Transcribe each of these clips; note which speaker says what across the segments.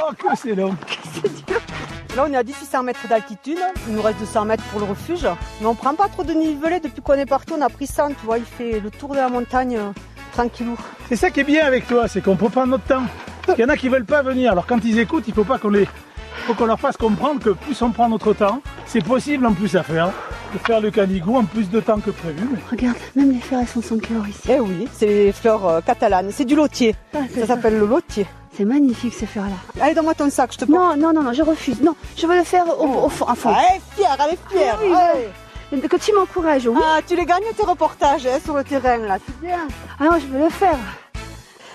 Speaker 1: Oh, que c'est long
Speaker 2: Là, on est à 1800 mètres d'altitude. Il nous reste 200 mètres pour le refuge. Mais on prend pas trop de nivelé depuis qu'on est parti. On a pris 100, tu vois. Il fait le tour de la montagne euh, tranquillou.
Speaker 1: C'est ça qui est bien avec toi, c'est qu'on peut prendre notre temps. Parce qu'il y en a qui veulent pas venir. Alors quand ils écoutent, il faut pas qu'on les... faut qu'on leur fasse comprendre que plus on prend notre temps, c'est possible en plus à faire. De faire le canigou en plus de temps que prévu. mais-
Speaker 3: Regarde, même les fleurs, elles sont sans cœur ici.
Speaker 2: Eh oui, c'est les fleurs euh, catalanes. C'est du lotier.
Speaker 3: Ah,
Speaker 2: Ça
Speaker 3: c'est ça.
Speaker 2: s'appelle le lotier.
Speaker 3: C'est magnifique ces fleurs-là.
Speaker 2: Allez, donne-moi ton sac, je te prends.
Speaker 3: Non, non, non, non, je refuse. Non, je veux le faire au, au fond. à fond.
Speaker 2: Ah, elle est fière, elle est fière.
Speaker 3: Ah oui,
Speaker 2: Ouais.
Speaker 3: Que tu m'encourages, oui.
Speaker 2: Ah, tu les gagnes tes reportages hein, sur le terrain là.
Speaker 3: Bien. Ah non, je veux le faire.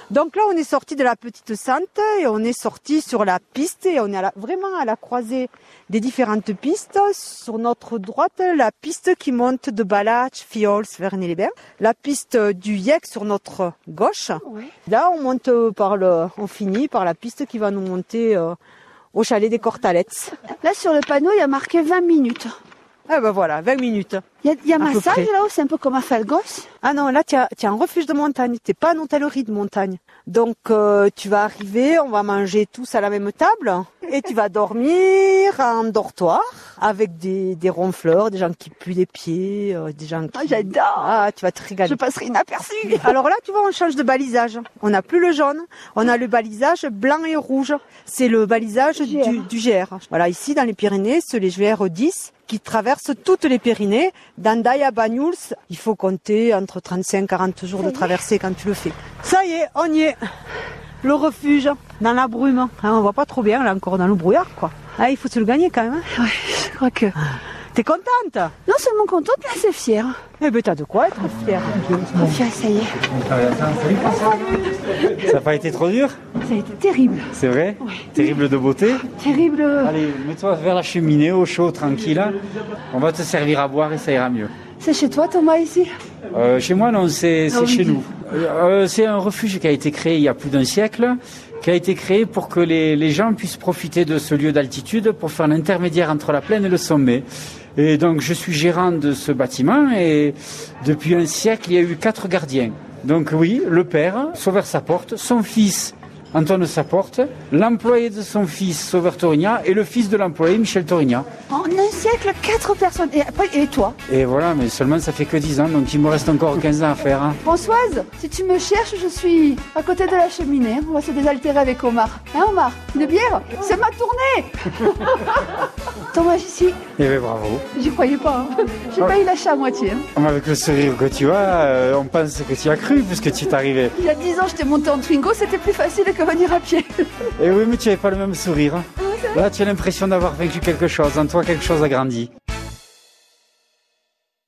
Speaker 2: Donc là, on est sorti de la petite Sainte et on est sorti sur la piste et on est à la- vraiment à la croisée des différentes pistes. Sur notre droite, la piste qui monte de Balach, Fiols, Vernet-les-Bains. La piste du Yec sur notre gauche.
Speaker 3: Oui.
Speaker 2: Là, on monte par le, on finit par la piste qui va nous monter euh, au chalet des Cortalettes.
Speaker 3: Là, sur le panneau, il y a marqué 20 minutes.
Speaker 2: Ah ben voilà, 20 minutes.
Speaker 3: Il y a, il y a
Speaker 2: peu
Speaker 3: massage
Speaker 2: près.
Speaker 3: là-haut, c'est un peu comme à Falgos.
Speaker 2: Ah non, là, tu as, tu as un refuge de montagne, t'es pas une hôtellerie de montagne. Donc, euh, tu vas arriver, on va manger tous à la même table, et tu vas dormir en dortoir, avec des, des ronfleurs, des gens qui puent des pieds, euh, des gens qui...
Speaker 3: Ah, j'adore.
Speaker 2: Ah, tu vas te
Speaker 3: Je
Speaker 2: régaler.
Speaker 3: passerai inaperçu.
Speaker 2: Alors là, tu vois, on change de balisage. On n'a plus le jaune, on a le balisage blanc et rouge. C'est le balisage
Speaker 3: GR.
Speaker 2: du, du GR. Voilà, ici, dans les Pyrénées, c'est les GR10 qui traversent toutes les Pyrénées. D'Andaï à Banyuls, il faut compter entre 35 et 40 jours de traversée quand tu le fais. Ça y est, on y est. Le refuge, dans la brume. Hein, on voit pas trop bien, là, encore dans le brouillard, quoi. Ah, il faut se le gagner quand même. hein.
Speaker 3: Ouais, je crois que.
Speaker 2: T'es contente
Speaker 3: Non seulement contente, mais assez fière.
Speaker 2: Eh ben, t'as de quoi être fière.
Speaker 3: Fière, Oh, ça y est.
Speaker 4: Ça n'a pas été trop dur
Speaker 3: Ça a été terrible.
Speaker 4: C'est vrai Terrible de beauté
Speaker 3: Terrible.
Speaker 4: Allez, mets-toi vers la cheminée, au chaud, tranquille. hein. On va te servir à boire et ça ira mieux.
Speaker 3: C'est chez toi, Thomas, ici
Speaker 4: Euh, chez moi, non, c'est c'est
Speaker 3: oui.
Speaker 4: chez nous. Euh, euh, c'est un refuge qui a été créé il y a plus d'un siècle, qui a été créé pour que les, les gens puissent profiter de ce lieu d'altitude pour faire l'intermédiaire entre la plaine et le sommet. Et donc, je suis gérant de ce bâtiment et depuis un siècle, il y a eu quatre gardiens. Donc oui, le père, Sauveur Saporte, son fils, Antoine Saporte, l'employé de son fils, Sauveur Torigna, et le fils de l'employé, Michel Torigna.
Speaker 3: En un siècle, quatre personnes. Et, après- et toi
Speaker 4: Et voilà, mais seulement ça fait que 10 ans, donc il me reste encore 15 ans à faire. hein.
Speaker 3: Françoise, si tu me cherches, je suis à côté de la cheminée. On va se désaltérer avec Omar. Hein, Omar Une bière C'est ma tournée Thomas, ici,
Speaker 4: Eh bien, bravo.
Speaker 3: j'y croyais pas. hein. J'ai pas eu la chat à moitié. hein.
Speaker 4: Avec le sourire que tu as, euh, on pense que tu as cru puisque tu es arrivé.
Speaker 3: Il y a dix ans, j'étais montée en Twingo, c'était plus facile que venir à pied.
Speaker 4: Eh hein. Et oui, mais tu n'avais pas le même sourire. Là, tu as l'impression d'avoir vécu quelque chose. En toi, quelque chose a grandi.